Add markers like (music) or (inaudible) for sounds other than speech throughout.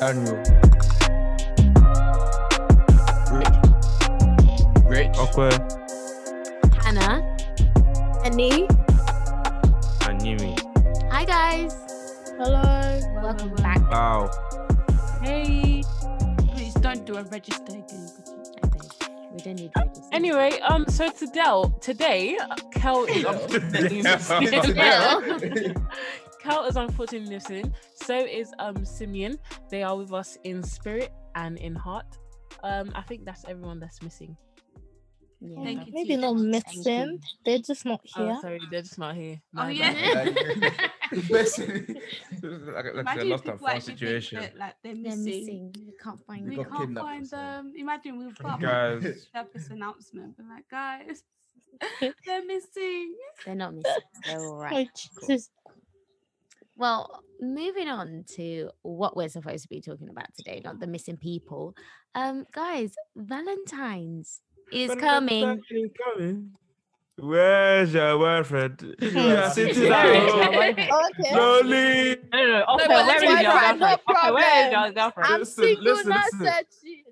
Admiral. Rich. Okwe, Hannah. Annie. and Yimi. Hi, guys. Hello. Welcome back. Wow. Hey. Please don't do a register again. I think we don't need register. Anyway, um, so Tadel, today, Kel is unfortunately missing. Kel is unfortunately missing. So is um Simeon. They are with us in spirit and in heart. Um, I think that's everyone that's missing. Yeah. Thank you, Maybe Tia. not missing. They're just not here. Oh, sorry, they're just not here. Oh, My yeah. bad. Listen. like like the Imagine if lost and people found actually think situation. that like they're They're missing. missing. We can't find We got them. can't kidnapped or find something. them. Imagine we've got Guys, (laughs) purpose announcement, but like (laughs) guys, they're missing. They're not missing. They're all right. Oh, Jesus. Well, moving on to what we're supposed to be talking about today, not the missing people. Um, guys, Valentine's is coming. It's coming. Where's your (laughs) boyfriend? You are Yeah. sitting Where's at your home, boyfriend? (laughs) Okay. lonely. No, no, no. Oscar, but where that's is your why I girlfriend? tried, no Oscar, where is problem. your girlfriend? I'm Listen, single, listen, not listen. searching.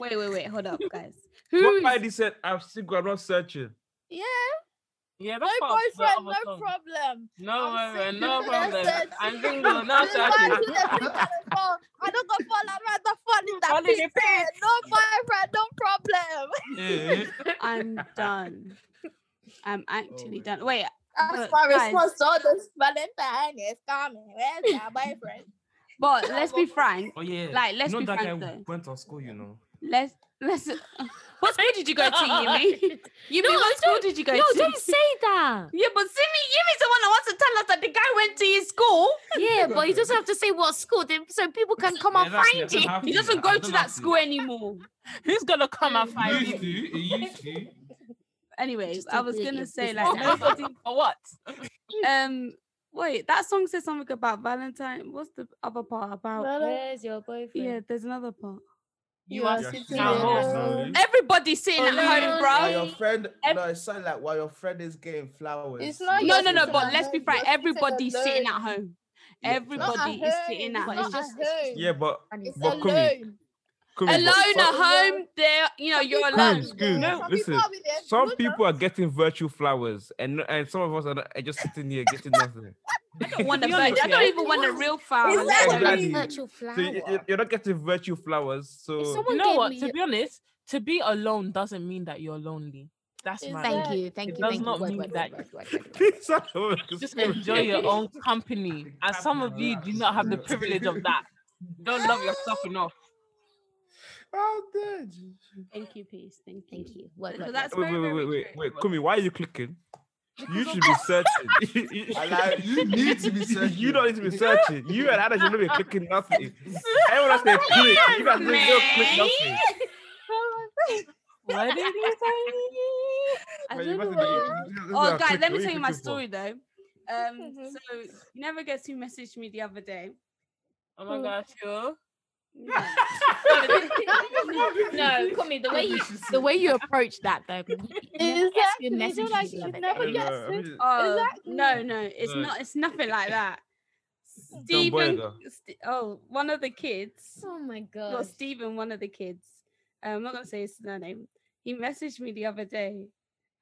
Wait, wait, wait, hold up, guys. What lady said, I'm single, I'm not searching. Yeah, Yeah, that's no part of the boyfriend, other no song. problem. No, I'm worry, single, no not problem. searching. I'm single, not This man searching. (laughs) should have been on the phone. I don't go fall, I'd rather fall in Fall in that the pit. there. No boyfriend, no problem. (laughs) Eh, I'm done. I'm actually my done. Wait, That's But my guys- response to all this Valentine is coming. Where's my boyfriend? (laughs) but let's be frank. Oh yeah. Like, let's you know be that frank guy though. went to school, you know. Let's let's. What school did you go to, (laughs) Yumi? Yumi, No, what school did you go (laughs) No, to? don't say that. Yeah, but Simi, Yumi's the one that wants to tell us that the guy went to his school. Yeah, but you just have to say what school, then so people can come and Exactly, I find don't it. have He to, doesn't I go don't to have that school anymore. Who's gonna come and You find used to, you? you used (laughs) to. Anyway, Just I don't was do it gonna in say business like hours. nobody. (laughs) Or what? Um, wait, that song says something about Valentine. What's the other part about? Where's your boyfriend? Yeah, there's another part. You are Yes, sitting yes, at yes, home. lonely. Mm. Everybody sitting at home, While bruv. your friend, Ev- no, it sounds like while your friend is getting flowers. It's not No, You're no, no. sitting But at let's be home, frank. you're sitting Everybody's alone. sitting at home. Yeah. Everybody Not at is sitting home, at it's home. not at home. Yeah, but It's But Kumi, alone. Kumi, but Alone some- at home, there. You know, Some you're people- alone. Excuse, excuse, Some people listen, are with their Some children. people are getting virtual flowers, and and some of us are, not- are just sitting here getting (laughs) nothing. (laughs) Want the Be honest bird. I don't here. even want the real flower. Exactly. Where's your Exactly. virtual flower? So you, you- you're not getting virtual flowers. If So someone You know gave what? me To be honest, to be alone doesn't mean that you're lonely. That's Is my that- Thank you, thank It you, does thank you. not Word, mean word, that- word, word, word, word. (laughs) These are all- just enjoy your own company. And some of you do not have the privilege of that. Don't love yourself (laughs) enough. How dare you? Thank you, peace. Thank you. (laughs) Thank you. Word, Because word, that's Wait, word. very, wait, wait, very wait, wait, true. wait, Kumi, why are you clicking? You should be searching. (laughs) You- you- I like you need to be searching. You don't need to be searching. You and Anna should not be clicking (laughs) nothing. Everyone else they click. You guys just don't click nothing. What did you say? I But you don't know mustn't what- be- you- you- you Oh, are guys, clicking. let me What tell are (laughs) you my clicking for? story though. Um, Mhm. so you never guess who messaged me the other day. Oh my gosh, yo. Yeah. (laughs) (laughs) No, come here. The way you (laughs) the way you approach that though. (laughs) Exactly. Your You're message like, is the you other never I don't guess know, I who- mean, Oh, Exactly. no, no, it's No. not. It's nothing like that. Don't bother Stephen, though. St- oh, one of the kids. Oh my Well, god. Stephen, one of the kids. uh, I'm not gonna say his surname. He messaged me the other day,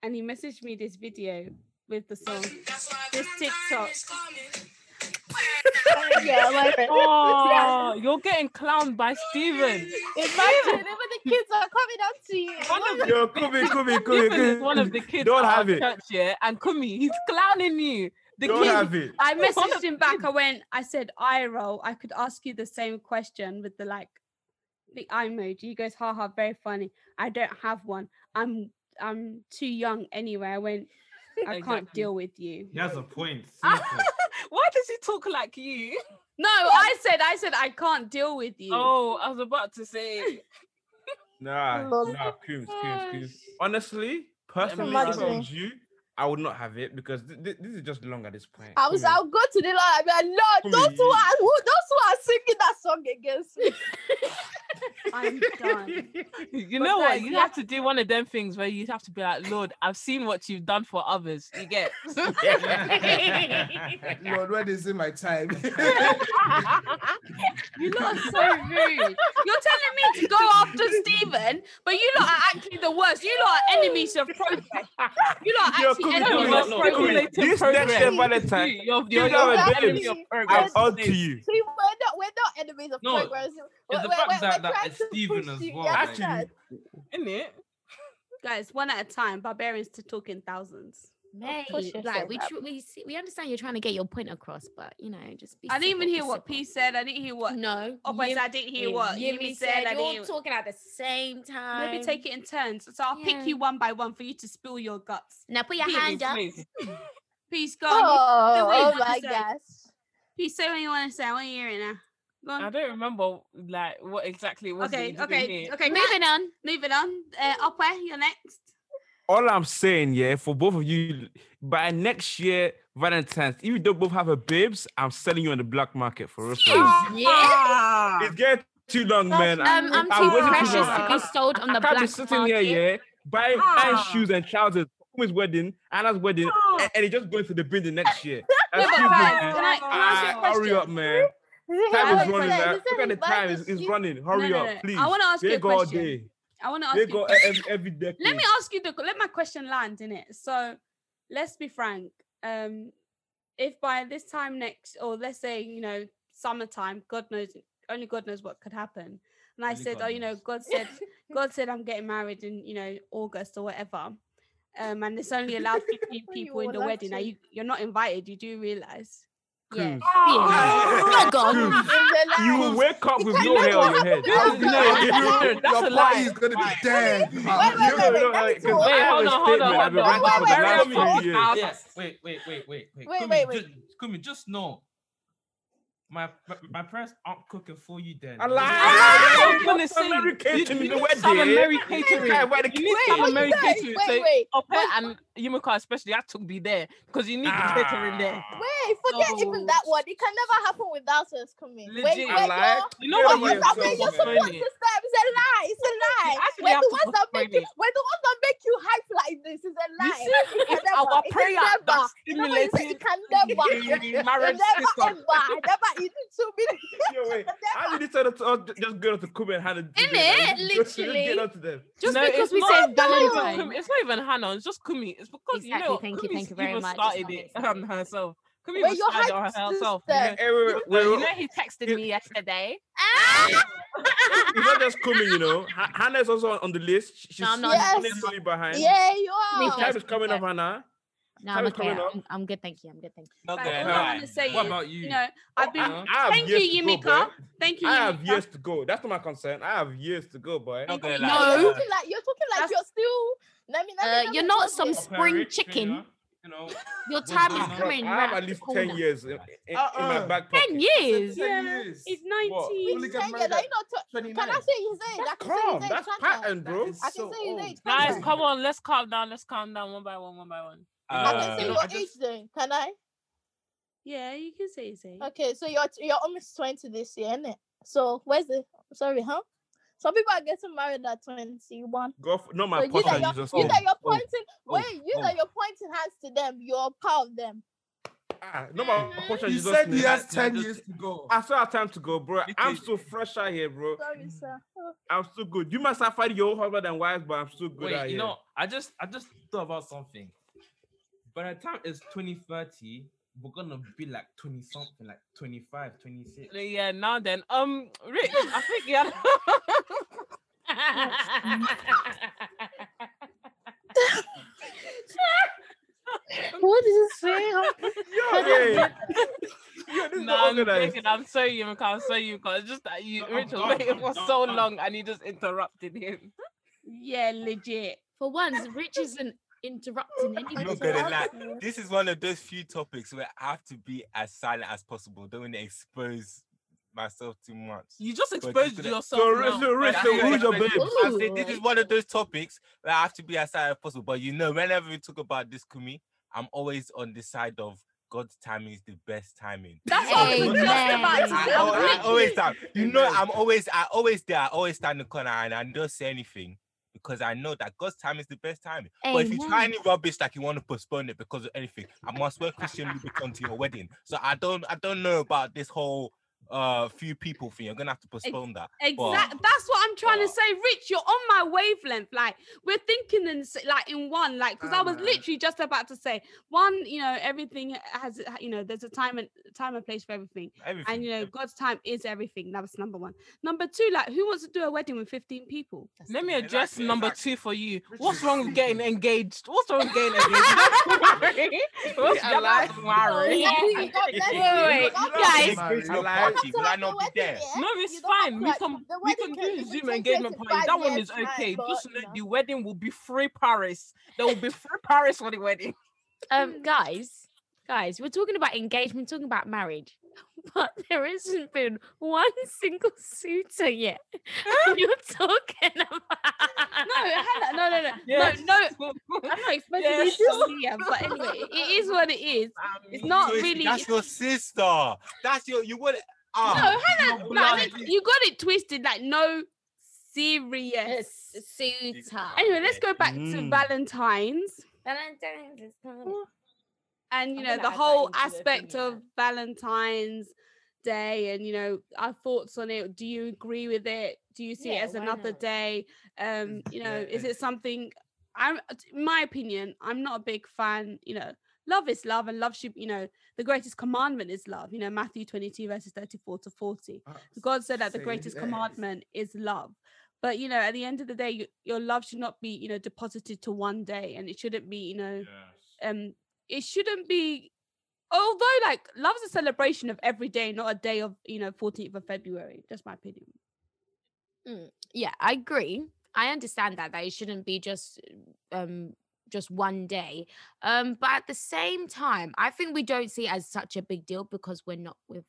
and he messaged me this video with the song, this TikTok. yeah, like, (laughs) Oh, you're getting clowned by Steven. (laughs) imagine even the kids are coming up to you. One of Yo, (laughs) Kumi, Kumi, Kumi, Steven is Kumi. one of the kids at Don't our have it. church, yeah, and Kumi, he's clowning you. The Don't kid, have it. (laughs) I One of messaged him back. I went. I said, "I roll. I could ask you the same question with the like, the eye emoji." He goes, "Ha ha, very funny. I don't have one. I'm I'm too young anyway." I went. I can't Exactly. deal with you. He has a (laughs) point. Why does he talk like you? No, I said. I said I can't deal with you. Oh, I was about to say. Nah, Oh nah, Coombs, Coombs, Coombs. Honestly, personally, if I Imagine. was you, I would not have it because th- th- this is just long at this point. I was, Come on. I'll go to the Lord. I'll be like, Lord, those who are, who, those who are singing that song against me. I'm (laughs) done. You But know what? guys, You you have to do one of them things (laughs) where you have to be like, Lord, I've seen what you've done for others. You get. Lord, when is it my time? You lot are so rude. You're telling (laughs) me to go after Stephen, but you lot are actually the worst. You lot are enemies of progress. You lot are You're actually cooking enemies with- of no, no, progress. cooking This next year Valentine, you're, you you're, know you're what it enemy is. of (laughs) I'm progress. on to you. See, we're not we're not enemies of No, progress. It's the fact that, that it's Stephen as well. like, Actually, Isn't it? Guys, one at a time. Barbarians to talk in thousands. Mate, course you're like saying we that. tr- we see, we understand you're trying to get your point across, but you know, just be. I didn't civil, even be hear what civil. P said. I didn't hear what. No. Oh, but you- I didn't hear you- what you said. Yumi said. I You're didn't. hear- talking at the same time. Maybe take it in turns. So I'll pick you Yeah. one by one for you to spill your guts. Now put your Please, hand up. Please. Please go. on. Oh, No, wait, oh what my is that? gosh. Please say what you want to say. I want to hear it now. Go on. I don't remember like what exactly it was. that Okay, you didn't okay, hear. okay. Moving, Moving on. moving on. Uh, Opwe, you're next. all I'm saying, yeah, for both of you, by next year, Valentine's, if you don't both have a babes, I'm selling you on the black market for real. for real. Yeah. It's getting too long, man. I- Um, I'm I'm too waiting too precious to long. be sold on the I black can't be market. sitting here, yeah, buying, buying Ah. shoes and trousers for his wedding, Anna's wedding, Ah. and, and it's just going to the bin the next year. (laughs) No, but Excuse me, guys, man. can I, can I ask you a Ah, hurry question? up, man. Time is running. man. Look at the time. It's, it's running. Hurry no, no. up, please. I want to ask you They a go all question. day. I want to ask They you. go a e- question. every, every day. Let me ask you the. Let my question land in it. So, let's be frank. Um, if by this time next, or let's say you know summertime, God knows, only God knows what could happen. And I Only said, God oh, you know, knows. God said, God said I'm getting married in you know August or whatever. Um, and it's only allowed 15 You people in all the love wedding. Now to. you, you're not invited. You do realize. Yeah. Ah. (laughs) Oh Oh, You're gone. Coobs, You will wake up with can't no know hair what on your head. happened You know, without you that. know, That's Your a lie. party is gonna be Wait, dead. wait, wait, you know, wait, no, let me like, 'cause talk. I Wait, have hold a on, hold statement on, I've been hold writing on. for the Wait, wait, last wait, few hold years. on. Yeah, wait, wait, wait, wait, wait. Wait, Kumi, wait, wait. ju- Kumi, just know. My my parents aren't cooking for you then. I lied. I was You gonna need say, Mary you- Kate to you me the need wedding. some Mary Kate You to me. can't wear the You need Wait, cake. some what Mary you say? Kate. Wait, Say, wait. Ope and Yumiko especially had to be there because you need the catering there. Ah. Wait, forget even No. that one. It can never happen without us coming. Wait, Legit. wait, I lied. y'all. You know Yeah, What what? you wait, You so- I mean, have to you're postpone supposed it. to stop. It's a lie. It's a lie. actually We're have the to ones that postpone make you. it. We're the ones that make you hype like this. It's a You lie. see, It can (laughs) it's our It can prayer never. that You know when you say stimulated it can never. (laughs) the It marriage never system. ever. Never. It should be. (laughs) Yeah, wait. I need to tell them to all ju- just get out to Kumi and Hannah. do Innit? that, like, (laughs) just- just Literally. Get out to them. Just No, because it's we not- said It's not, Valentine. even, it's not even Hannah. It's just Kumi. It's because you Exactly, know. thank you, Kumi's thank you very even much, it's Started not it necessary. (laughs) on herself. Kumi Wait, was you're started on hyped herself. to Yeah, death. eh, wait, wait, wait, You wait. know, he texted it- me yesterday. Ah! It's not just Kumi, you know. Ha- Hannah is also on- on the list. She- She's No, I'm not. she's Yes. slowly behind. Yeah, you Me are. Time is coming up, Hannah. No, Time I'm is okay. coming up. I'm, I'm good, thank you. I'm good, thank you. Not Like, gonna all I lie. want to say What is, about you you? know, I've been. Huh? I have Thank years you, to go, Yumiko. boy. Thank you, I have Yumiko. years to go. That's not my concern. I have years to go, boy. Not gonna No, lie. you're uh, talking like you're talking like That's- you're still. Let me, let me, Uh, let me you're not pause some this. I'll spring parent, chicken. trainer, You know, Your What's time going is on? coming. I right have around at the least corner. 10 years in, in, in my Uh-uh. back pocket. 10 years. Ten Yeah, years. He's What? 19. Only Which get ten years? married I at know. tw- Can 29. I say his age? I That's can say his calm. age. That's can't I? pattern, bro. That is I so can say his old. age. can't (laughs) Guys, I? come on, let's calm down. Let's calm down one by one, one by one. I Uh, can say you know, your I age just- then, can I? Yeah, you can say his age. Okay, so you're you're almost twenty this year, innit? So where's the sorry, huh? Some people are getting married at twenty one. Go for, not So my you pocket. that You you're, just you oh, that you're oh, pointing oh, wait, you that you're pointing hands to them, you're part of them. ah, not my pocket. You You said just he me. has Yeah, ten just- years to go. I still have time to go, bro. I'm Literally. still fresh out here, bro. Sorry, sir. Oh, I'm still good. You must have fight your own husband and wife, but I'm still good out Wait, you here. know, I just I just thought about something. By the time it's 2030, we're gonna be like 20 something, like 25, 26. Yeah, now then. Um, Rich, I think yeah. (laughs) What did you say? huh? (laughs) Yo, (laughs) hey. Yo, this is No, I'm organized. joking. I'm sorry, Yumiko. I'm sorry, Yumiko. It's just that you, No, I'm Rich, was done, waiting I'm for done, so I'm- long and you just interrupted him. Yeah, legit. For once, Rich isn't (laughs) interrupting anything. not gonna lie. This is one of those few topics where I have to be as silent as possible. Don't want to expose myself too much. You just But exposed just gonna- yourself. So, Rich, now. so, Rich, That's so it. who's your babe? I say this Ooh. is one of those topics where I have to be as silent as possible. But you know, whenever we talk about this, Kumi, I'm always on the side of God's timing is the best timing. That's what I was just Amen. about to say. I, I al- was I literally- always stand. You know, Amen. I'm always, I always there. I always stand in the corner and I don't say anything because I know that God's time is the best time. But if you try any rubbish like you want to postpone it because of anything, I must wear Christian Louboutin to your wedding. So I don't I don't know about this whole uh few people thing. You're gonna have to postpone that. Well- Exactly. That's what I'm trying well- to say, Rich. You're on my wavelength. Like we're thinking in s- like in one. Like because I was Alright. literally just about to say one. You know, everything has. You know, there's a time and time and place for everything. Everything. And you know, God's time is everything. That was number one. Number two, like who wants to do a wedding with 15 people? Let me address Exactly, number exactly. two for you. Which What's is wrong (laughs) with getting stupid. engaged? What's wrong with getting engaged? (laughs) Don't worry. What's Yeah, like- wrong with marriage? Yeah, you got Wait, that. wait, You got guys. Guys. that. Marriage I like- party, So will I at the not be wedding, there? yeah, No, it's Eh? you don't have fine. to We like- can the we wedding can can- do it can Zoom take place engagement in party. five That one years' is okay. time, Just but, know you know. the wedding will be free Paris. (laughs) There will be free Paris for the wedding. Um, guys, guys, we're talking about engagement, talking about marriage, (laughs) but there hasn't been one single suitor yet. (laughs) And (laughs) You're talking about No, hella- no, no, no, no, no. (laughs) I'm not expecting Yes. you to be here, but anyway, it is what it is. It's not So it's- really. That's your sister. That's your. You would. no, Ah, hang your on. Like, blood. you got it twisted. Like no, (laughs) serious. suitor. Anyway, let's go back to Mm. Valentine's Valentine's is coming. and you I'm know gonna the add that whole into the aspect thing, yeah. of Valentine's Day and you know our thoughts on it. Do you agree with it? Do you see Yeah, it as why another not? day? (laughs) Um, you know, is Yeah. it something? I'm, in my opinion, I'm not a big fan. You know, love is love, and love should, you know, the greatest commandment is love. You know, Matthew 22 verses 34 to 40. God said that the Say greatest less. commandment is love. But you know, at the end of the day, you, your love should not be, you know, deposited to one day, and it shouldn't be, you know, um, it shouldn't be. Although, like, love's a celebration of every day, not a day of, you know, 14th of February. That's my opinion. Yeah, I agree. I understand that that it shouldn't be just um just one day. Um, but at the same time, I think we don't see it as such a big deal because we're not with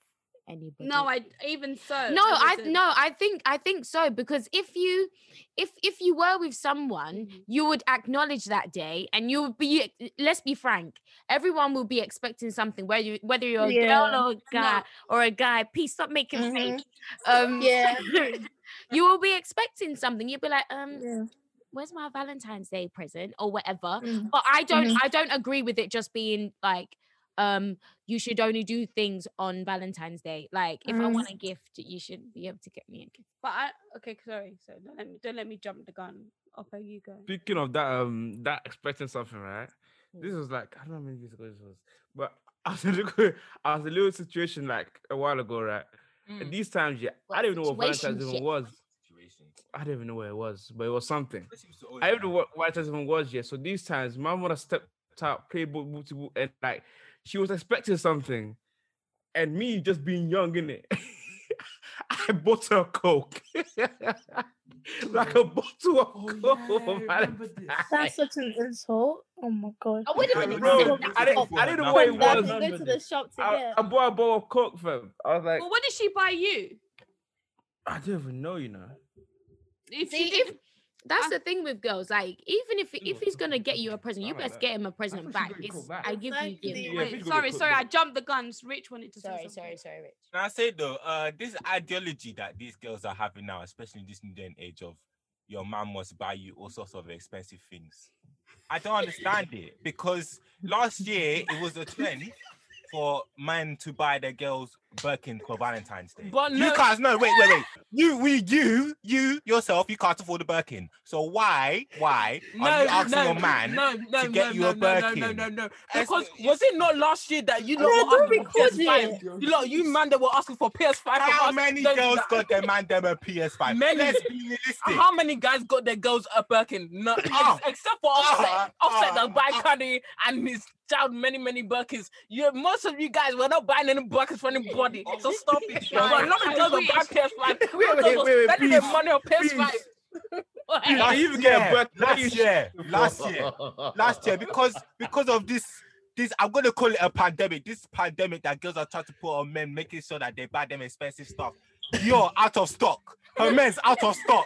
anybody. No, I even so. no i wouldn't- no i think i think so because if you if if you were with someone Mm-hmm. Mhm. you would acknowledge that day and you would be ex- let's be frank everyone will be expecting something whether you whether you're a Yeah. girl or a guy or a guy please stop making Mhm. fake um Yeah. (laughs) you will be expecting something you'll be like um Yeah. where's my valentine's day present or whatever Mm. but i don't i don't agree with it just being like um you should only do things on valentine's day like if i Mm. want a gift you should be able to get me a gift But I okay, sorry. So don't let me don't let me jump the gun. Oppo, you go. Speaking of that, um, that expecting something, right? This Mm. was like I don't know how many years ago this was, but (laughs) I was in a little, I was in a little situation like a while ago, right? Mm. Mm. And these times, yeah, I What didn't know what Valentine's situationship? even was. Situation. I didn't even know where it was, but it was something. This used to always I don't know happen. what Valentine's even was yet. So these times, my mother stepped out, played boot, boot, boot, and like she was expecting something, and me just being young in it. (laughs) I bought her a coke, (laughs) like a bottle of Oh, coke. yeah, for I remember this. Valentine's. That's such an insult. Oh my god. I would I don't have been know. bro, I didn't, I didn't know what it From that was. thing, Go to the shop to I, get. I bought a bowl of coke, fam. I was like, Well, what did she buy you? I didn't even know, you know. If See, she did, if- that's I- the thing with girls like even if Ew, if he's gonna okay, get you a okay, present you alright, best that- get him a thought present she back got you it's, called back. I give you Exactly. gift Yeah, wait, if it's gonna be sorry, cooked, sorry, yeah. I jumped the guns. Rich wanted to sorry say sorry something. sorry rich Can I say though, uh, this ideology that these girls are having now, especially in this new day and age of your man must buy you all sorts of expensive things. I don't understand it because last year it was a trend for men to buy their girls Birkin for Valentine's Day. But you no, can't no wait wait wait you we you you yourself you can't afford a Birkin so why why are you no, asking no, your man no, no, to get no, you no, a no, no, no, Birkin? no, no. That's Because the- was it not last year that you lot Yeah, were don't asking for Eh? record PS5? You lot, you man that were asking for PS5. from how us, many don't do girls that. got their man them a PS5 Many. let's be realistic How many guys got their girls a Birkin? No, (laughs) Ah, ex- except for Offset. ah, offset ah, that buy ah. Cardi and his child many, many Birkins. You, most of you guys were not buying any Birkins for anybody. So stop it. Guys, But a lot I of girls were wish. buying PS5. A lot of Wait, girls wait, wait, were wait, spending their please, money on PS5. please. Why? Like, last you even get a year, birth- why you last year, shit last (laughs) for? year, last year, because because of this, this I'm gonna call it a pandemic. This pandemic that girls are trying to put on men, making sure that they buy them expensive stuff. You're out of stock. Her men's out of stock.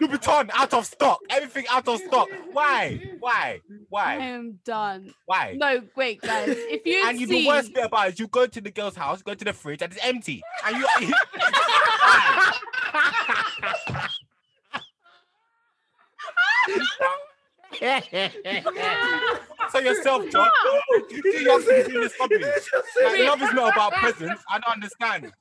Louboutin out of stock. Everything out of stock. Why? Why? I Why? am done. Why? No, wait, guys. If you And you, see, the worst bit about it is you go to the girl's house, go to the fridge, and it's empty. And you. (laughs) Why? So (laughs) yourself, John. You do yourself in this hobby. Like, love is not about presents. I don't understand.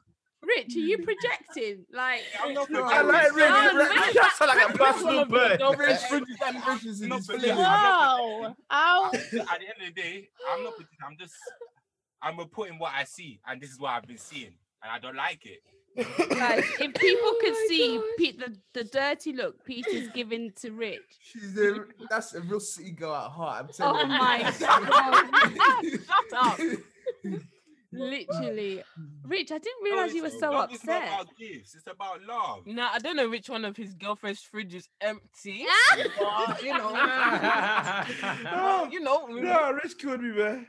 Rich, are you projecting? (laughs) Like, I'm not I like projecting. Rich. Rich- No, no. Rich- That's like a personal bird. Rich, Rich, Rich is in No, his but feelings. yeah. Wow. Ow. At the end of the day, I'm not. projecting, I'm just. I'm reporting what I see, and this is what I've been seeing, and I don't like it. guys, if people could see Pete, the, the dirty look Peter's giving to Rich. She's a, that's a real city girl at heart. I'm telling Oh you. my god. Shut up. It's Literally. mm. Rich, I didn't No, realise you were it's- so love is not upset. about gifts. It's about love. Now I don't know which one of his girlfriend's fridge is empty. but, you know, Wow. No, you know. (laughs) we- (laughs) no, Rich killed me, man.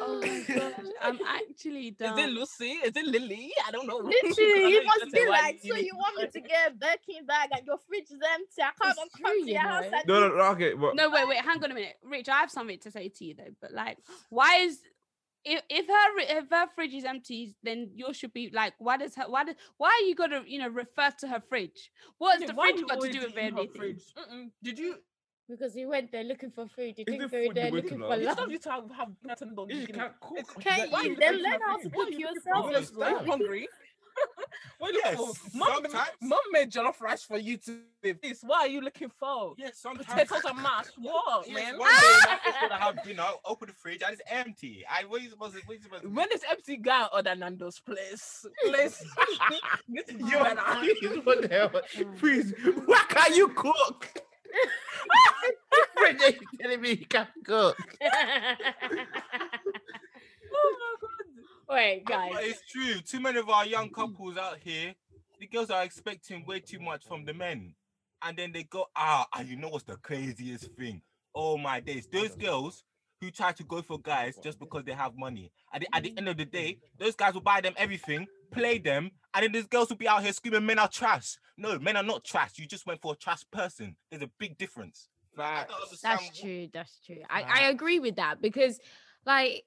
Oh (laughs) my god. I'm actually (laughs) Is done. it Lucy? Is it Lily? I don't know. (laughs) I know Literally, you just must said be why like, so Lily- you want me to get a Birkin bag and your fridge is empty. I can't It's I'm true, coming to you your house know. and No, no, no, okay, but No, wait, wait, hang on a minute, Rich. I have something to say to you though. But like, why is if if her if her fridge is empty, then yours should be like, why does her why does, why you gotta you know refer to her fridge? What Yeah, has the why fridge you got to always do with eat her anything? fridge? Mm-mm. Did you? Because he went there looking for food. He Is didn't it go food there you went to looking for love? It's love. not you to have, have nothing done. you can't cook. Can't Why you you then eat learn her how to food? cook yourself? You're so Understand. hungry. (laughs) What are you looking Yes, for? Mom, sometimes. mom made jollof rice for you to this. What are you looking for? Yes, sometimes. Potatoes and (laughs) mash. What, Yes, man? one day I'm just gonna have dinner, open the fridge, and it's empty. I what you supposed to what you supposed (laughs) to When is empty guy other Nando's place? Place. (laughs) this is (laughs) Yo, better. (laughs) (laughs) please, what the hell? Please, why can't you cook? Bridget, you telling me you can't cook? Oh my god. Wait, But guys. it's true. Too many of our young couples out here, the girls are expecting way too much from the men. And then they go, ah, and you know what's the craziest thing? Oh my days. Those girls who try to go for guys just because they have money. At the, at the end of the day, those guys will buy them everything, play them, and then these girls will be out here screaming, men are trash. No, men are not trash. You just went for a trash person. There's a big difference. I don't understand That's wh- true. That's true. I, I agree with that because, like,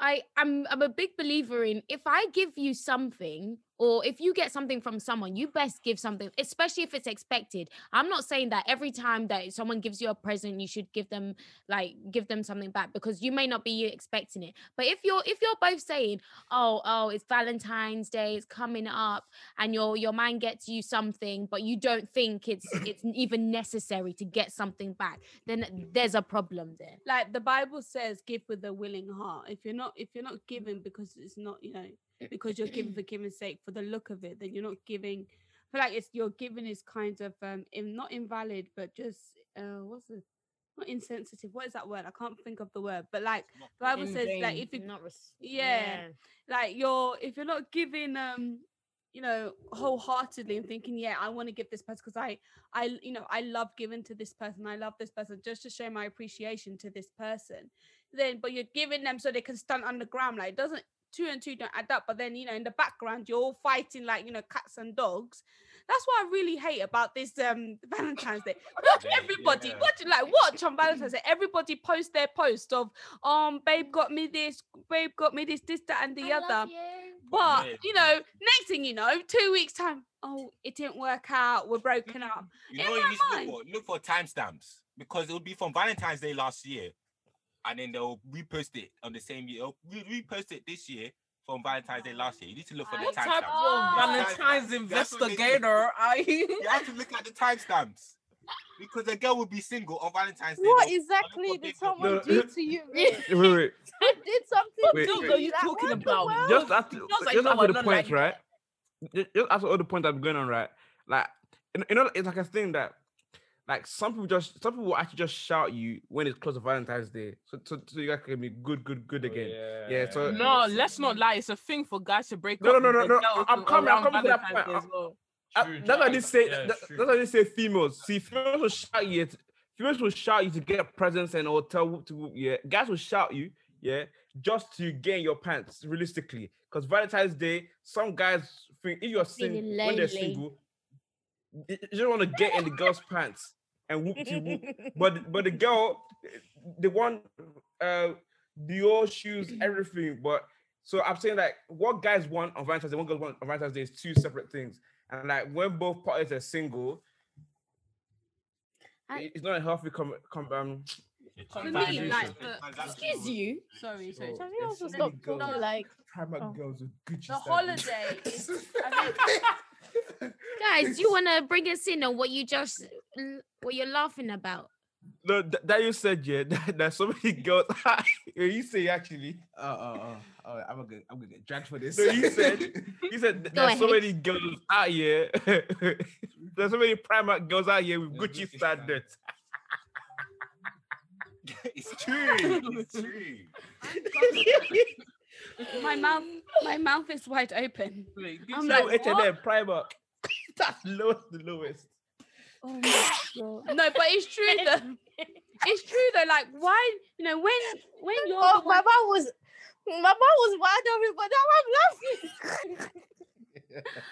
I I'm I'm a big believer in if I give you something or if you get something from someone, you best give something, especially if it's expected. I'm not saying that every time that someone gives you a present, you should give them like give them something back because you may not be expecting it. But if you're if you're both saying, oh oh, it's Valentine's Day, it's coming up, and your your man gets you something, but you don't think it's it's even necessary to get something back, then there's a problem there. Like the Bible says, give with a willing heart. If you're not if you're not giving because it's not you know because you're giving for giving's sake for the look of it, then you're not giving. I feel like it's your giving is kind of um in, not invalid, but just uh what's the not insensitive. What is that word? I can't think of the word. But like it's not the Bible In says, like vain, if you Not res- Yeah. like you're if you're not giving um you know wholeheartedly and thinking yeah i want to give this person because i i you know i love giving to this person i love this person just to show my appreciation to this person then but you're giving them so they can stand on the ground like it doesn't two and two don't add up but then you know in the background you're all fighting like you know cats and dogs that's what i really hate about this um (laughs) valentine's day watch Yeah, everybody yeah. watch like watch on valentine's day everybody post their post of um babe got me this babe got me this this that and the other but Yeah. you know, next thing you know, two weeks time, oh, it didn't work out. We're broken up. You In know what you my need to mind. look for? Look for timestamps because it'll be from Valentine's Day last year, and then they'll repost it on the same year. Re- repost it this year from Valentine's Day last year. You need to look for What the type timestamps. of Valentine's That's what they- investigator are (laughs) you? You have to look at the timestamps because a girl will be single on Valentine's Day. What they'll- exactly did someone No. do to you? (laughs) Rich? Wait, wait, wait. Who did something Wait, to wait. What are you Like, talking what the about? world? just after, It sounds like just no, after I'm the not point, like- right? Ju- Just after all the points I'm going on, right? Like, you know- you know, it's like a thing that, like, some people just, some people will actually just shout you when it's close to Valentine's Day, so so, so you guys can be good, good, Oh, good again. Yeah, so- No, let's not lie. It's a thing for guys to break No, up. no, no, with no, their no, girls I'm coming- I'm around coming to that Valentine's point. Day as well. Uh, True, that's why that they is- say yeah, that, it's that's true. why they say females. See, females will shout you. to- Females will shout you to get presents and or tell whoop to whoop. Yeah, guys will shout you. Yeah, just to get in your pants realistically. Because Valentine's Day, some guys think if you're single, Feeling when they're lonely. single, you you just want to get in the girl's pants and whoop to whoop. But but the girl, the one, uh, Dior shoes, everything. But so I'm saying like what guys want on Valentine's Day, what girls want on Valentine's Day is two separate things. And like when both parties are single, I- It's not a healthy com- com- um, For me, Validation. like, (laughs) but excuse you. Sorry, oh, sorry. Bro, Can we there's so also stop many talking girls- like Primark Oh. girls with Gucci. The stamp. (laughs) holiday is. I think Guys, you want to bring us in on what you just, mm, what you're laughing about? No, th- that you said, yeah, (laughs) that, that so many girls. (laughs) ah, you say actually, Oh, oh, oh, oh, I'm gonna, I'm gonna get dragged for this. No, you said- he said th- Go there's so ahead. many girls out here. (laughs) there's so many Primark girls out here with Yeah, Gucci Gucci (laughs) standards. it's true. It's true. My mouth, my mouth is wide open. I'm no H and M Primark. (laughs) That's lowest, the lowest. oh my god. No, but it's (laughs) true though. It's true though. Like why? You know when when you're Oh, the my one- mom was my mom was wide open, but now I'm (laughs) laughing.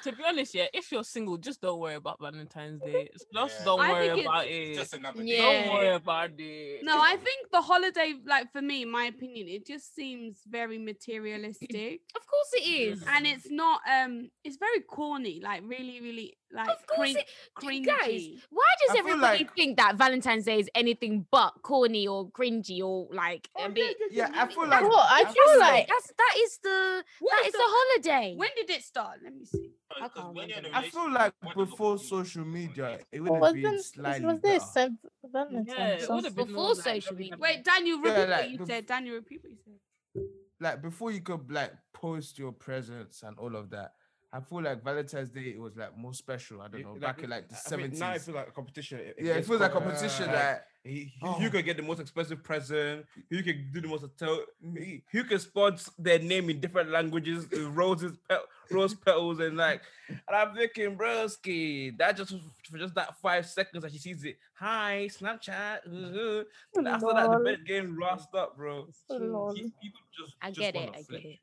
To be honest, yeah, if you're single, just don't worry about Valentine's Day. Just Yeah. don't I worry think about It's it. just another Yeah. Don't worry about it. no, I think the holiday, like for me, my opinion, it just seems very materialistic, Of course it is. and it's not. Um, it's very corny. Like really, really, like Of course cring- it- cringy. guys, Why does I feel everybody like- think that Valentine's Day is anything but corny or cringy or like a bit? (laughs) yeah, I feel like Like, what? I feel That's, like that's that is the What that is is the the- holiday. when did it start? Let me see. I Because can't when you're in a remember. I feel relationship, like one of the before people you social want media, is- it would have wasn't been was slightly there better. Saint Valentine's? Yeah, it or would have been Before more like social every media. now (laughs) Wait, Daniel, Yeah, repeat like what you the said. Daniel, repeat what you said. Like before you could like post your presents and all of that. I feel like Valentine's Day it was like more special. I don't know, back in like the I think Now it seventies. feels uh, like a competition. It- Yeah, it gets feels like com- competition. like, Like He- Oh. Who can get the most expensive present? Who can do the most hotel? Who who can spot their name in different languages? with Roses, pet, rose petals, and like. And I'm thinking, broski, that just for just that five seconds that she sees it. Hi, Snapchat. uh-huh." And After that, the Lol. bed game rust up, bro. So lol. Pe- People just, I just get it. wanna I flex. get it.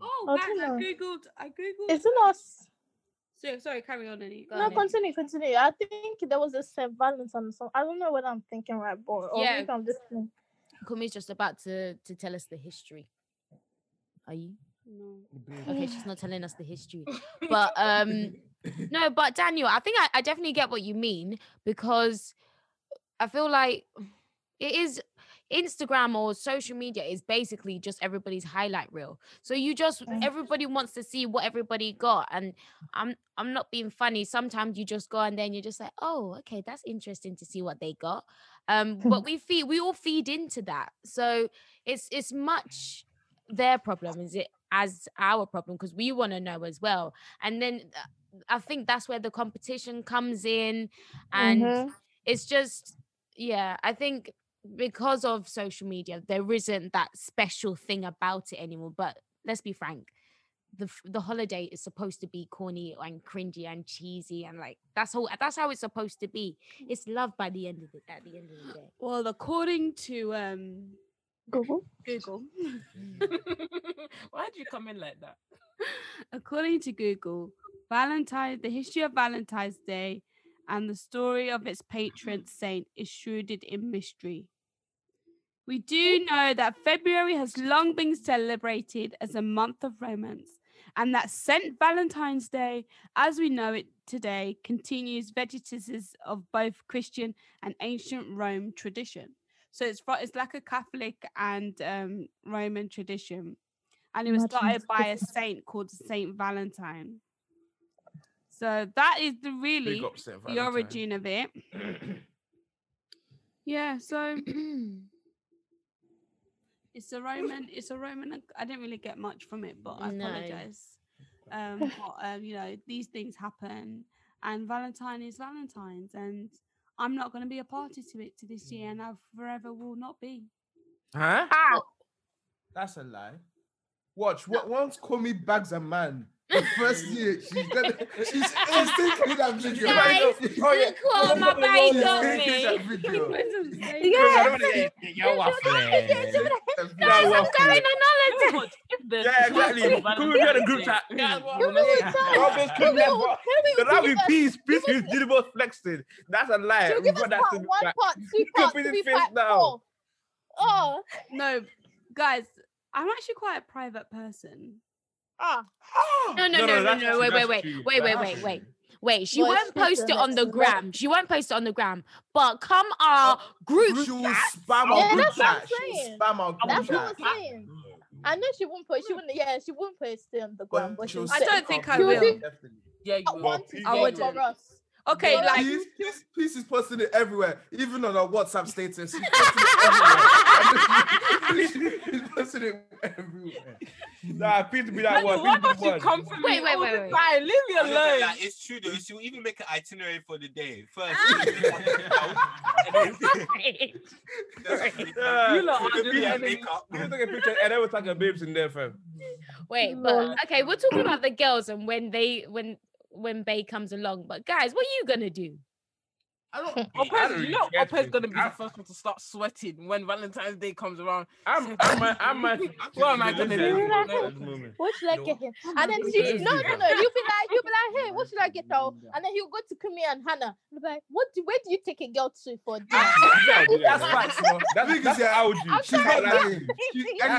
Oh, I guys, I dunno. googled. I googled. It's not So, sorry, carry on, Annie. Go no ahead. continue, continue. I think there was a Saint Valentine's song. I don't know what I'm thinking right, but or Yeah. maybe I'm just thinking. Kumi's just about to to tell us the history. Are you? No. Okay, she's not telling us the history. But um no, but Daniel, I think I, I definitely get what you mean because I feel like it is Instagram or social media is basically just everybody's highlight reel. So you just Mm. everybody wants to see what everybody got. And I'm I'm not being funny. Sometimes you just go and then you're just like, oh, okay, that's interesting to see what they got. Um, but we feed we all feed into that. So it's it's much their problem, is it as our problem because we want to know as well. And then uh, I think that's where the competition comes in and Mhm. it's just yeah i think because of social media there isn't that special thing about it anymore but let's be frank the f- the holiday is supposed to be corny and cringy and cheesy and like that's all that's how it's supposed to be it's love by the end of the at the end of the day Well, according to um, Google. Google, Why would you come in like (laughs) that? according to Google, Valentine, the history of Valentine's Day, and the story of its patron Mm-hmm. saint is shrouded in mystery. We do know that February has long been celebrated as a month of romance, and that Saint Valentine's Day, as we know it today, continues vestiges of both Christian and ancient Rome tradition. So it's fro- it's like a Catholic and um, Roman tradition, and it was Imagine started it's by a Christmas. saint called Saint Valentine. So that is the really Big upset. the origin of it. (clears throat) yeah, so it's a Roman. It's a Roman. I didn't really get much from it, but I No. apologize. Um, but, um, you know, these things happen, and Valentine is Valentine's, and I'm not going to be a party to it to this year, and I forever will not (laughs) be. Huh? That's a lie. Watch, what once call me bags a man. The first year she's gonna she's instantly that video. oh, Guys, look what my She's babe got taking me. that video. Yeah, You're waffling. guys, I'm Yeah, going on No, holiday. but if the Yeah, the person exactly. on Could we be on a group Valentine's chat? Day- Yeah, Remember we Yeah. talked- Robbers (laughs) could remember- never- remember The we all Ravi give us- peace, peace give is universe flexing. That's a lie. She'll We've give us got that part to one, be back. part two, Could part be the three, fifth part now. four. Oh, No, guys, I'm actually quite a private person. Ah. No, no, no, no, no, that's true, wait, wait, that's wait, true, (laughs) wait, wait, that's wait, true. wait. Wait, she Well, won't it's just post an it on the extra- gram. She won't post it on the gram. But come our group (laughs) She will chat. spam Yeah, our group that's what I'm chat. She will saying. spam our group That's chat. what I'm saying. I know she won't post. She wouldn't. Yeah, she wouldn't post it on the gram. But she she'll "Oh, will I say, don't stick think our I group will. chat, Definitely. Yeah, you I will. want to I vote wouldn't. for us. Okay, Well, like Peace, peace, peace is posting it everywhere, even on our WhatsApp status. She's posting it everywhere. (laughs) She's posting it everywhere. Nah, please be that (laughs) Like, one. why please must be you the come one. for Wait, me? wait, all wait, the wait. time? Leave me alone. Like, it's true though. She'll even make an itinerary for the day. First, and then- (laughs) Yeah, You lot are it'll the be Yeah, like- enemy. makeup. You take a picture and then we'll tag a babes in there, fam. Wait, Lol. but okay, we're talking about the girls and when they when when Bay comes along. But guys, what are you gonna do? I don't. I don't Opez, you know care, Opez fam. gonna be the I- first one to start sweating when Valentine's Day comes around. I'm. I'm. (laughs) I'm. I'm What am I gonna do? At this moment. What should I No. get (laughs) him? And then It's she, no, no, easy, (laughs) no. You'll be like, you'll be like, hey, what should I get out? And then he'll go to Kumi and Hannah. He'll be like, what? Do, where do you take a girl to for dinner? That's (laughs) That's facts. facts, bro. That's Niggas, that's what yeah. I would do. I'm She's sorry, not yeah. lying. (laughs) She, Yeah.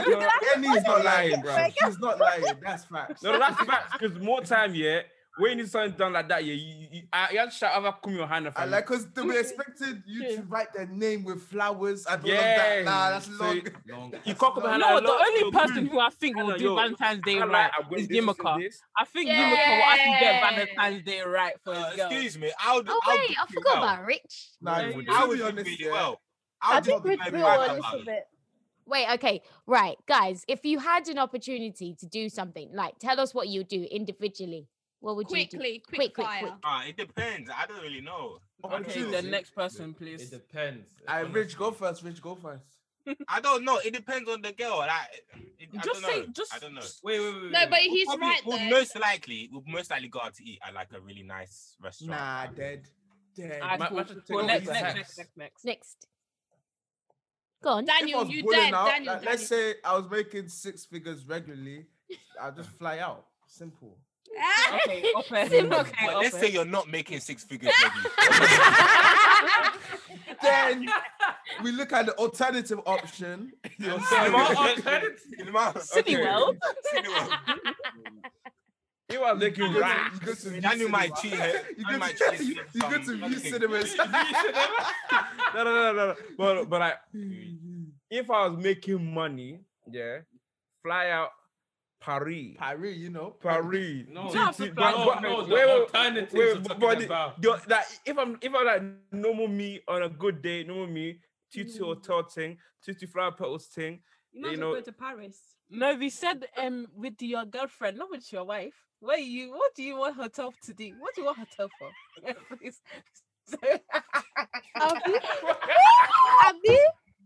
Annie, Annie is not lying, bro. Like, She's not lying. That's facts. No, no, that's facts. Because more time, yeah. When you need something done like that, yeah, you, you, I, you have to shout out Kumi or Hannah. I fam. like because they were expected you to True. write their name with flowers and all Yeah. of that. Nah, that's So long. you- Long. you can't come You behind know her what? The lot, only yo, person Kumi, who I think will Hannah, do yo, Valentine's Day Hannah, right I went is this, this, Yimika. this. I think Yimika will actually get Yeah. Valentine's Day right for Uh, his girl. excuse me. I'll, Oh wait, I'll do I pretty forgot well. about Rich. Nah, Yeah, you- I I'll would be do honest. pretty yeah. well. I I'll think do we very will well a about little it. bit. Wait, okay, right, guys. If you had an opportunity to do something, like tell us what you do individually. What would you do? quickly, quick, quick quick, fire. quick. Ah, it depends. I don't really know. Okay, the Honestly. next person, It please. depends. I Rich, go honestly. first. Rich, go first. I don't know. It depends on the girl. Like, it, I Just don't know. say, just. I don't know. Wait, wait, wait. No, wait, but wait. he's Probably- right we'll there. most likely, we'll most likely go out to eat at like a really nice restaurant. Nah, dead. Dead. Alright, My- cool. my should Cool, take next, over his next, house. next, next, next. Next. Go (laughs) on. (laughs) If I Daniel, was you balling dead. out, Daniel, like, let's Daniel. say I was making six figures regularly, I'll just fly out. Simple. (laughs) Okay, Opez. Simple. Okay, But let's say Opez. you're not making (laughs) six figures. maybe. Then we look at the alternative (laughs) option. Yo, Cinema sorry. Cinema. Cineworld. Cineworld. He was looking You go to- right. you go to view Daniel might cinema. cheat her. (laughs) You Daniel go might to, (laughs) cheat you, her you go with to some view fucking- cinemas. No, no, no, no, no. But but like, if I was making money, yeah, fly out Paris, (laughs) Paris, you know. Paris. No, to- no, to- no, but- no, but- no, wait, wait, the alternatives wait, you're but- talking but the- about. the- like, if I'm if I'm like normal me on a good day, normal me, two Mm. to hotel thing, two to flower petals thing. You might You as well know- go to Paris. No, we said um with your girlfriend, not with your wife. Where you? What do you want her to to do? What do you want her to for? (laughs) Please. (laughs) Abi, Abi,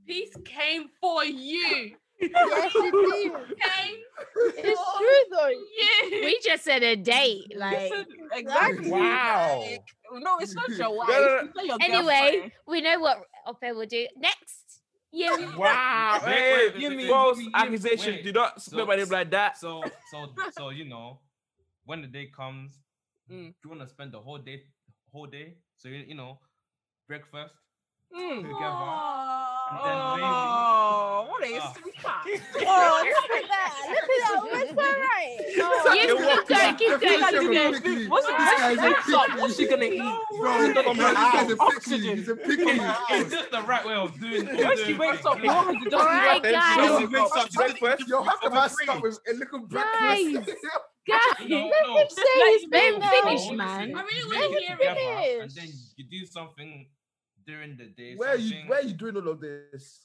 Peace came for you. yes, she did. Came It's true though. for you. We just said a (laughs) date, like. Listen, exactly. Wow. No, it's not your wife. no, It's not your Anyway, girlfriend. we know what Ope will do next. Yeah. we- Wow, Wait, hey, wait, wait, wait, false wait, wait, accusation. wait. Do not spit So- my name like (laughs) that. So, so, so you know, when the day (laughs) comes, Mm. if you want to spend the whole day, whole day. So you, you know, breakfast Mm. together. and then maybe- Oh, what a Ah. sweetheart. (laughs) Oh, look at that. Look at that. It's (laughs) all right. You It keep worked. going, keep Definition going, keep of going. quickly. What's it- This what's guy's a next up? What's she picky. gonna eat? Bro, She's gonna this guy's eat a out picky. oxygen. He's a picky. It's just the right way of doing. of When she doing wakes things. up, what has it (laughs) All right, just When guys. she been wakes up, she's gonna eat Breakfast, Yo, how of come a I start drink. with a little breakfast? Guys, (laughs) guys. (laughs) No, no. Let him say his Let name him now. finish, Honestly, man. I really you wanna get hear together it. And then you do something during the day. (laughs) Where you something- where you doing all of this?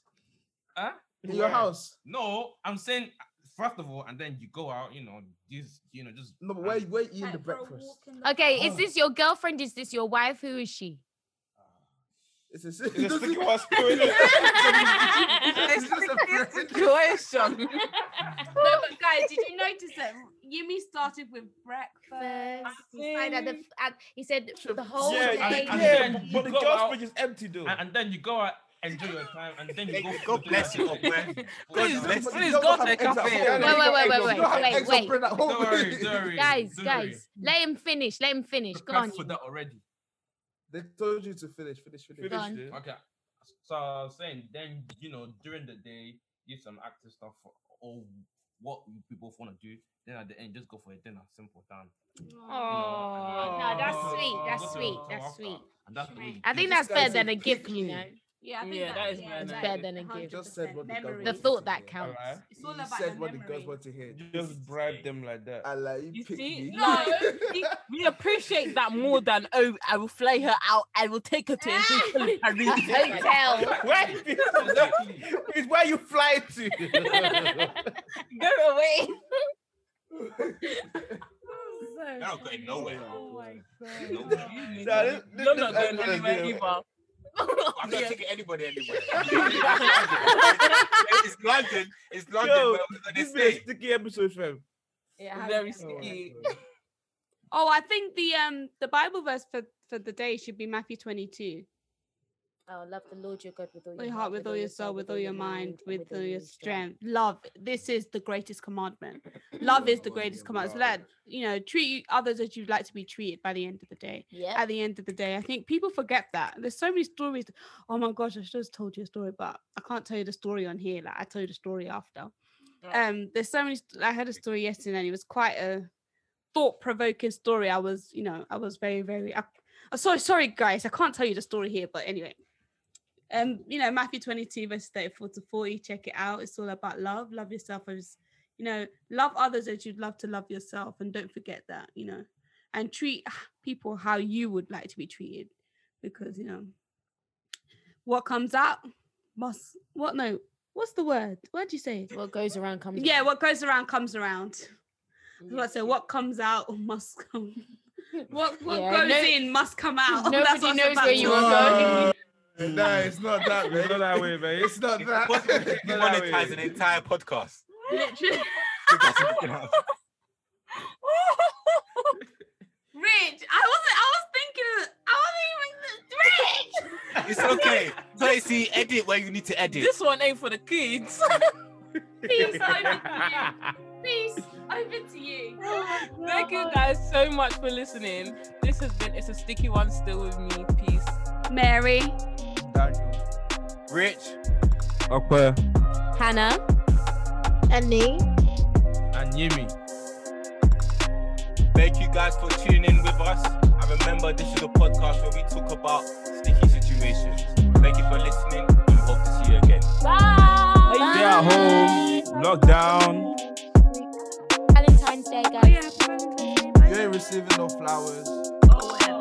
Huh? In your house? No, I'm saying first of all, and then you go out. You know, just you know, just No, but where where you eating Like, the for a breakfast? walk in the Okay, Oh. park. is this your girlfriend? Is this your wife? Who is she? It's (laughs) a, it It's a doesn't- stick of (laughs) us doing it. it's just a (laughs) friend. situation? No, but guys, did you notice that Yumi started with breakfast? He said, at the, f- at, he said the whole Yeah, I- day. I- yeah, then but- you but the go girl's out- fridge is empty though. and, and then you go out, enjoy your time, and then you Hey, go. for God dinner. bless you, Ogwen. Please, God But bless you you. please don't go have to a eggs at home. cafe. You Wait, don't wait, have wait, eggs at wait, home. You don't have wait, eggs or wait. bread at home. Don't worry, don't worry, guys, don't worry. guys, let him finish. Let him finish. Go Prepare on. for you. that already. (laughs) They told you to finish, finish, finish. Finished Gone. it. Okay. So I was saying, then you know, during the day, do some active stuff for, or what we both want to do. Then at the end, just go for a dinner. Simple, done. Oh, no, that's sweet. That's sweet. That's sweet. And that's the way you I do think it. that's better than a gift, you know. Yeah, I think Yeah, that that is is very It's nice. better than a gift. Just said what the girls Memory. The want thought to that hear, counts. alright? It's all You about said the what the girls memory. want to hear. Just bribe them like that. I like you. You picked see, me. no, see, we appreciate that more than oh, I will fly her out, I will take her to a hotel (laughs) party." Hotel. (laughs) Why? It's where you fly (laughs) to. (laughs) Go away. (laughs) Now I'm going nowhere. oh Nah, this- this- You're this not going episode is anywhere doing- either. I'm not taking (laughs) anybody anywhere. it's London. It's London. Yo, where we're gonna This is a stay. sticky episode, fam. Yeah, Very Oh my sticky. God. Oh, I think the um the Bible verse for, for the day should be Matthew 22. Oh, love the Lord your God with all (laughs) With your heart, with all your soul, with all your mind, with all your strength. Love. This is the greatest commandment. Love is the Oh greatest my commandment. So God. that you know, treat others as you'd like to be treated by the end of the day. Yeah. At the end of the day, I think people forget that. There's so many stories. Oh my gosh, I should have told you a story, but I can't tell you the story on here. Like I told you the story after. Um, there's so many. st- I had a story yesterday, and it was quite a thought-provoking story. I was, you know, I was very, very. I, I'm sorry, sorry, guys. I can't tell you the story here, but anyway, um, you know, Matthew 22, verse 34 to 40. Check it out. It's all about love. Love yourself as, you know, love others as you'd love to love yourself, and don't forget that, you know, and treat people how you would like to be treated, because you know, what comes out must. What no? What's the word? What do you say? What goes around comes Yeah, around. what goes around comes around. Let's say what comes out must (laughs) come. What what Yeah, goes no- in must come out. (laughs) nobody That's what it's knows about. where you are Oh, No, no, it's not that, It's not man. that way, man. It's not (laughs) It's possible to that. demonetize an entire podcast. Literally. (laughs) Rich, I wasn't. I was thinking. of- I wasn't even Rich. It's okay. Tracy, edit where you need to edit. This one ain't for the kids. Peace over to you. Peace over to you. Thank you guys so much for listening. This has been It's a Sticky One Still With Me. Peace. Mary. Rich. Aqua. Hannah. Annie. And Yumi. Thank you guys for tuning in with us. And remember, this is a podcast where we talk about sticky situations. Thank you for listening. and We hope to see you again. Bye. Stay at home. Lockdown. Valentine's Day, guys. You ain't receiving no flowers. Oh, well.